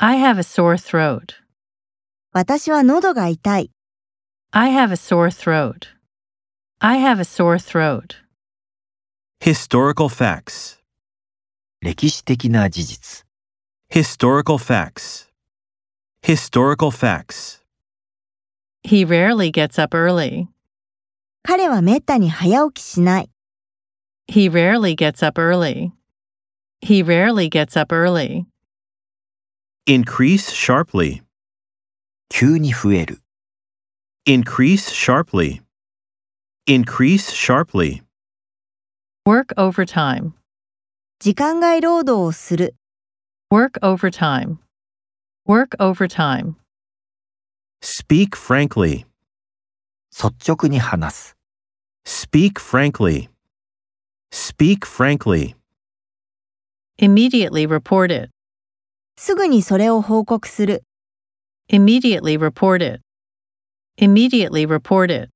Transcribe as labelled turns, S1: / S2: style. S1: I have a sore throat.
S2: 私は喉が痛い。
S1: I have a sore throat. I have a sore throat.
S3: Historical facts.
S4: 歴史的な事実、
S3: Historical facts. Historical facts.
S1: He rarely gets up early.
S2: 彼はめったに早起きしない。
S1: He rarely gets up early. He rarely gets up early.
S3: Increase sharply.
S4: 急に増える、
S3: Increase sharply. Increase sharply.
S1: Work overtime.
S2: 時間外労働をする。
S1: Work overtime. Work overtime.
S3: Speak frankly.
S4: 率直に話す、
S3: Speak frankly. Speak frankly.
S1: Immediately report it.
S2: すぐにそれを報告する。
S1: Immediately report it. Immediately report it.